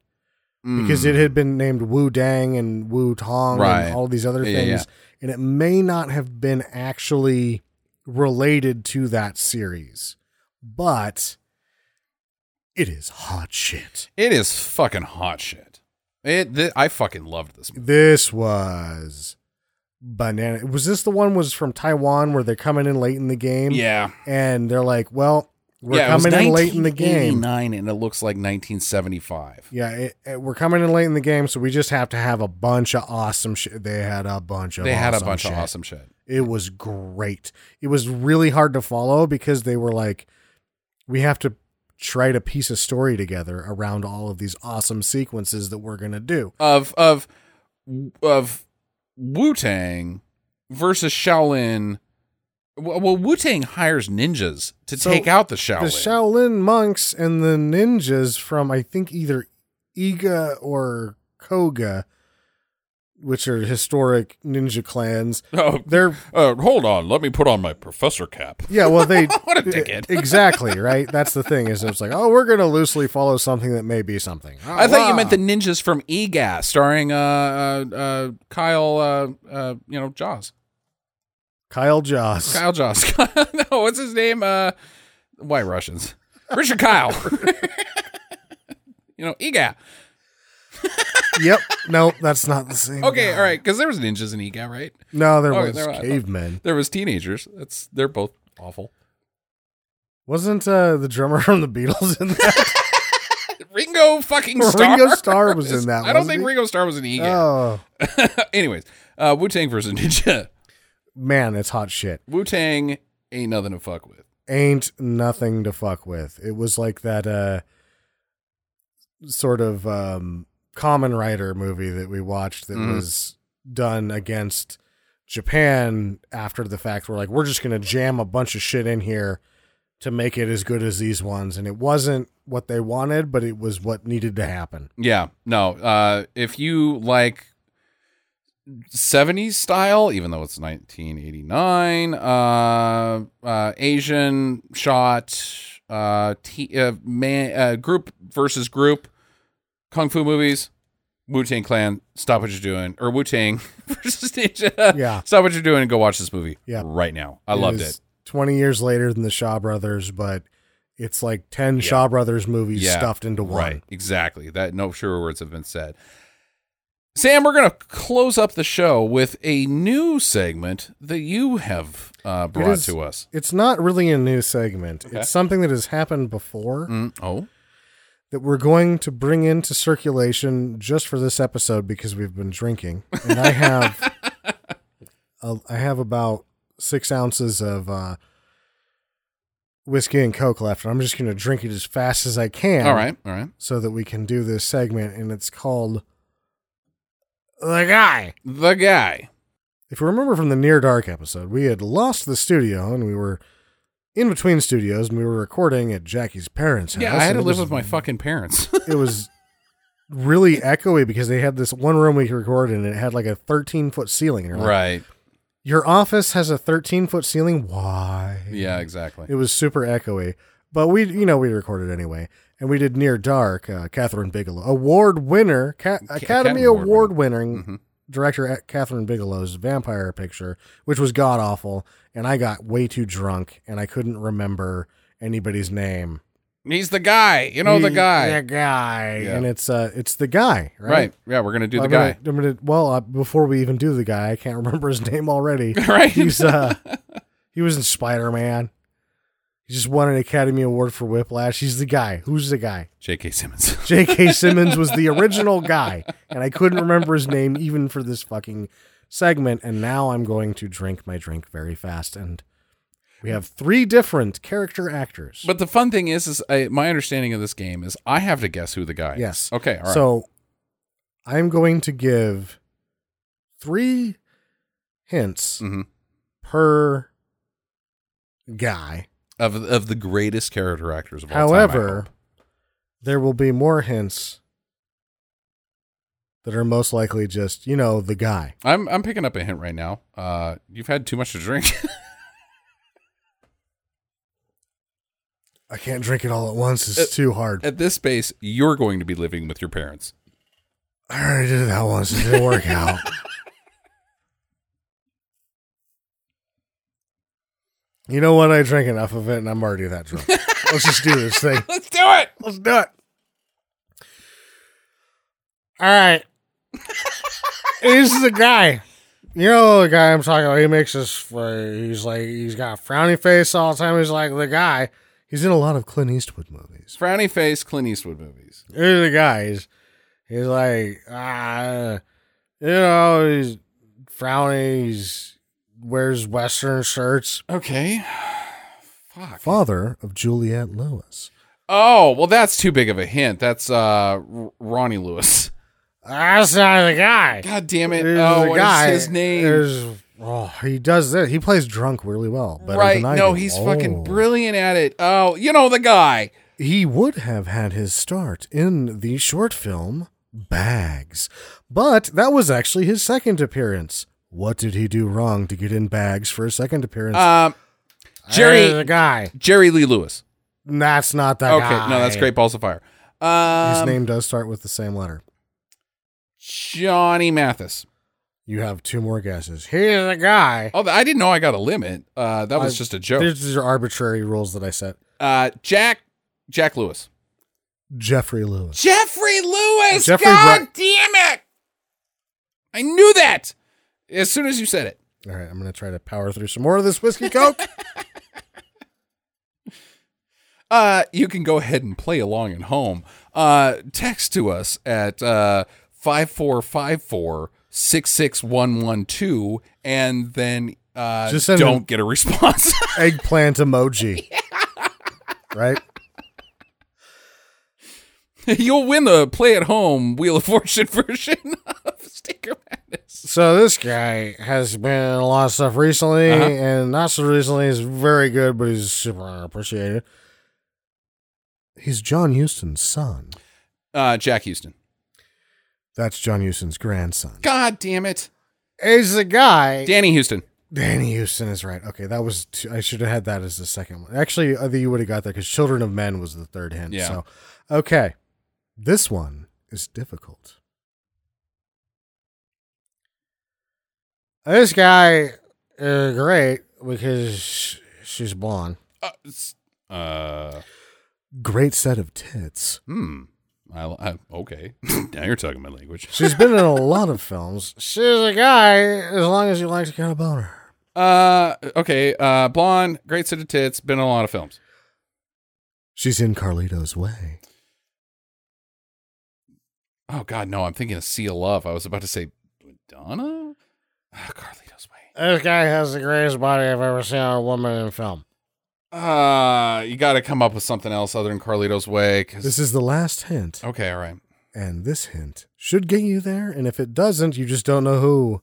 A: Hmm.
F: Because it had been named Wu Dang and Wu Tong
A: Mm. Right.
F: and all these other
A: Yeah,
F: things.
A: yeah.
F: And it may not have been actually related to that series, but it is hot shit.
A: It is fucking hot shit. It. Th- I fucking loved this. Movie.
F: This was banana. Was this the one was from Taiwan where they're coming in late in the game?
A: Yeah.
F: And they're like, well, we're
A: yeah,
F: coming
A: it was
F: in late in the game.
A: 1989, and it looks like 1975.
F: Yeah, it, it- we're coming in late in the game, so we just have to have a bunch of awesome shit. They had a bunch of
A: They had a
F: awesome
A: bunch
F: shit.
A: of awesome shit.
F: It was great. It was really hard to follow because they were like, we have to try to piece a story together around all of these awesome sequences that we're going to do.
A: Of of of Wu Tang versus Shaolin. Well, well Wu Tang hires ninjas to
F: So,
A: take out the Shaolin.
F: The Shaolin monks and the ninjas from, I think, either Iga or Koga, which are historic ninja clans.
A: oh,
F: They're
A: uh, hold on, let me put on my professor cap.
F: Yeah, well, they e-,
A: What a dickhead.
F: exactly right. That's the thing is it's like, oh, we're gonna loosely follow something that may be something.
A: I thought you
F: Ah,
A: meant the ninjas from E EGAS, starring uh, uh, uh, Kyle, uh, uh, you know, Jaws.
F: Kyle Joss.
A: Kyle Jaws. no, what's his name? Uh, White Russians. Richard Kyle. you know, E EGAT.
F: Yep. No, that's not the same.
A: Okay,
F: guy.
A: all right, because there was ninjas in E EGAT, right?
F: No, there
A: Okay,
F: was
A: there I thought-
F: cavemen.
A: There was teenagers. That's they're both awful.
F: Wasn't uh, the drummer from the Beatles in that?
A: Ringo fucking Star.
F: Ringo Starr was in that,
A: I don't
F: wasn't
A: think
F: he?
A: Ringo Starr was in E EGAT.
F: Oh
A: Anyways, uh, Wu Tang versus Ninja.
F: man, it's hot shit.
A: Wu Tang ain't nothing to fuck with.
F: ain't nothing to fuck with. It was like that uh sort of um common writer movie that we watched that
A: Mhm.
F: was done against Japan after the fact. We're like, we're just gonna jam a bunch of shit in here to make it as good as these ones, and it wasn't what they wanted, but it was what needed to happen.
A: Yeah, no. Uh, if you like 70s style, even though it's 1989, uh, uh, Asian shot, uh, t- uh, man, uh, group versus group, kung fu movies, Wu Tang Clan, stop what you're doing, or Wu Tang versus Ninja.
F: Yeah.
A: Stop what you're doing and go watch this movie
F: Yeah.
A: right now. I loved
F: is
A: it.
F: 20 years later than the Shaw Brothers, but it's like 10 Shaw Brothers movies
A: Yeah,
F: stuffed into one.
A: Right, exactly. That no truer words have been said. Sam, we're going to close up the show with a new segment that you have uh, brought
F: is-
A: to us.
F: It's not really a new segment.
A: Okay.
F: It's something that has happened before
A: Mm, oh,
F: that we're going to bring into circulation just for this episode because we've been drinking, and I have, a, I have about six ounces of uh, whiskey and coke left, and I'm just going to drink it as fast as I can.
A: all right, all right.
F: so that we can do this segment, and it's called the guy.
A: The guy.
F: If you remember from the Near Dark episode, we had lost the studio and we were in between studios and we were recording at Jackie's parents' house.
A: Yeah, I had
F: and
A: to
F: it
A: live
F: was-
A: with my fucking parents.
F: It was really echoey because they had this one room we could record in and it had like a 13 foot ceiling. And you're like,
A: right.
F: Your office has a 13 foot ceiling? Why?
A: Yeah, exactly.
F: It was super echoey. But we, you know, we recorded anyway. And we did Near Dark, uh, Catherine Bigelow, award winner, ca- Academy,
A: Academy Award Mm-hmm.
F: Award winning director at Catherine Bigelow's vampire picture, which was god awful. And I got way too drunk and I couldn't remember anybody's name.
A: He's the guy. You know the guy.
F: The guy.
A: Yeah.
F: And it's uh, it's the guy,
A: right.
F: right?
A: Yeah, we're gonna do
F: I'm
A: the guy.
F: Gonna, I'm gonna, well, uh, before we even do the guy, I can't remember his name already.
A: right.
F: He's uh he was in Spider Man. He just won an Academy Award for Whiplash. He's the guy. Who's the guy?
A: J.K. Simmons.
F: J.K. Simmons was the original guy, and I couldn't remember his name even for this fucking segment. And now I'm going to drink my drink very fast. And we have three different character actors.
A: but the fun thing is, is I, my understanding of this game is I have to guess who the guy.
F: Yes.
A: Is. Okay. All right.
F: So I'm going to give three hints
A: Mhm.
F: per guy.
A: of of the greatest character actors of all time. I
F: However,
A: hope.
F: there will be more hints that are most likely just, you know, the guy.
A: I'm I'm picking up a hint right now. Uh, you've had too much to drink.
F: I can't drink it all at once. It's
A: It-
F: too hard.
A: At this space, you're going to be living with your parents.
F: I already did that once. It didn't work out. You know what? I drank enough of it and I'm already that drunk. Let's just do this thing.
A: Let's do it.
F: Let's do it. All right. he's the guy. You know the guy I'm talking about. He makes this. Uh, he's like he's got a frowny face all the time. He's like the guy. He's in a lot of Clint Eastwood movies.
A: Frowny face, Clint Eastwood movies.
F: He's the guy. He's, he's like ah, you know he's frowny. He's wears western shirts.
A: Okay. Fuck.
F: Father of Juliet Lewis.
A: Oh well, that's too big of a hint. That's uh, R- Ronnie Lewis.
F: That's not the guy.
A: God damn it!
F: There's
A: oh,
F: a
A: what is
F: guy-
A: his name?
F: There's, oh, he does this. He plays drunk really well. Better
A: right?
F: Than I
A: No,
F: do.
A: he's
F: Oh.
A: fucking brilliant at it. Oh, you know the guy.
F: He would have had his start in the short film Bags, but that was actually his second appearance. What did he do wrong to get in Bags for a second appearance?
A: Um,
F: There's
A: Jerry
F: the guy.
A: Jerry Lee Lewis.
F: That's not that
A: Okay,
F: guy.
A: no, that's Great Balls of Fire. Um,
F: His name does start with the same letter.
A: Johnny Mathis.
F: You have two more guesses. Here's the guy.
A: Oh, I didn't know I got a limit. Uh, that was
F: I-
A: just a joke.
F: These are arbitrary rules that I set.
A: Uh, Jack Jack Lewis.
F: Jeffrey Lewis.
A: Jeffrey Lewis.
F: Jeffrey
A: God
F: Wright.
A: damn it! I knew that as soon as you said it.
F: All right, I'm going to try to power through some more of this whiskey coke.
A: Uh, you can go ahead and play along at home. Uh, text to us at uh five four five four six six one one two, and then uh,
F: Just send
A: don't
F: an-
A: get a response.
F: Eggplant emoji. Right?
A: You'll win the play at home Wheel of Fortune version of Sticker Madness.
F: So this guy has been in a lot of stuff recently, and not so recently. He's very good, but he's super unappreciated. He's John Houston's son.
A: Uh, Jack Houston.
F: That's John Houston's grandson.
A: God damn it.
F: Is the guy
A: Danny Houston.
F: Danny Houston is right. Okay, that was two, I should have had that as the second one. Actually, I think you would have got that because Children of Men was the third hint.
A: Yeah.
F: So, okay, this one is difficult. This guy is great because she's blonde.
A: Uh, s- uh
F: Great set of tits.
A: hmm. I, I, okay. now you're talking my language.
F: She's been in a lot of films. She's a guy as long as you like to count a boner.
A: Uh, okay. Uh, blonde, great set of tits, been in a lot of films.
F: She's in Carlito's Way.
A: Oh God, no! I'm thinking of Sea of Love. I was about to say Madonna. Ah, Carlito's Way.
F: This guy has the greatest body I've ever seen on a woman in film.
A: Uh, you got to come up with something else other than Carlito's Way. 'cause-
F: This is the last hint,
A: okay. All right.
F: and this hint should get you there. And if it doesn't, you just don't know who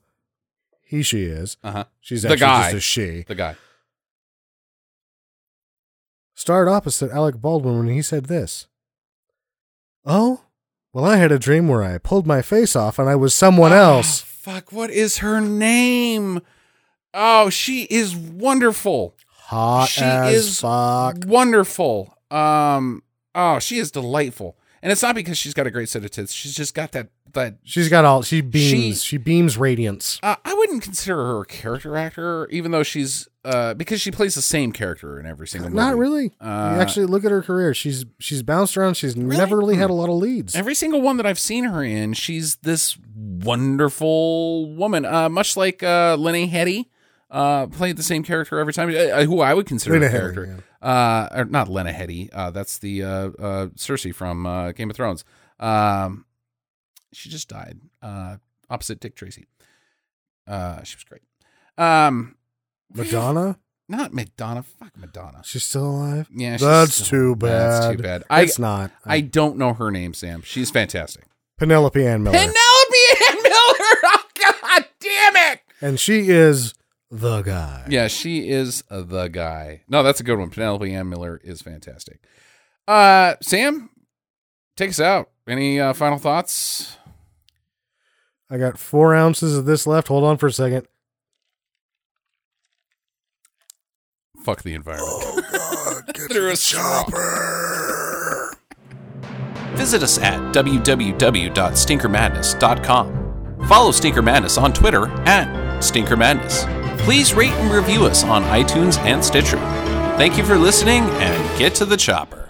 F: he she is.
A: Uh huh.
F: She's
A: The
F: actually
A: guy.
F: just a she.
A: The guy.
F: Starred opposite Alec Baldwin when he said this. Oh, well, I had a dream where I pulled my face off and I was someone
A: Ah,
F: else.
A: fuck. What is her name? Oh, she is wonderful.
F: Hot
A: she
F: as
A: is
F: fuck.
A: Wonderful. Um. Oh, she is delightful. And it's not because she's got a great set of tits. She's just got that that
F: She's got all. She beams.
A: She-
F: She, beams radiance.
A: Uh, I wouldn't consider her a character actor, even though she's uh, because she plays the same character in every single movie.
F: Not really.
A: Uh,
F: you actually, look at her career. She's she's bounced around. She's never really
A: Hmm.
F: had a lot of leads.
A: Every single one that I've seen her in, she's this wonderful woman. Uh, much like uh, Lenny Hetty uh, played the same character every time, uh, who I would consider
F: Lena
A: a
F: Headey,
A: character. uh, or not Lena Headey. Uh, that's the uh, uh, Cersei from uh, Game of Thrones. Um, she just died uh, opposite Dick Tracy. Uh, she was great. Um,
F: Madonna.
A: not Madonna. Fuck Madonna.
F: She's still alive.
A: Yeah, she's
F: that's
A: still-
F: too bad.
A: That's too bad. I
F: it's not.
A: I don't know her name, Sam. She's fantastic.
F: Penelope Ann Miller,
A: Ann Miller. Oh God damn it!
F: and she is the guy.
A: Yeah, she is the guy. No, that's a good one. Penelope Ann Miller is fantastic. Uh, Sam, take us out. Any uh, final thoughts?
F: I got four ounces of this left. Hold on for a second.
A: Fuck the environment. Through a straw. Visit us at www.stinkermadness.com. Follow Stinker Madness on Twitter at Stinker Madness. Please rate and review us on iTunes and Stitcher. Thank you for listening and get to the chopper.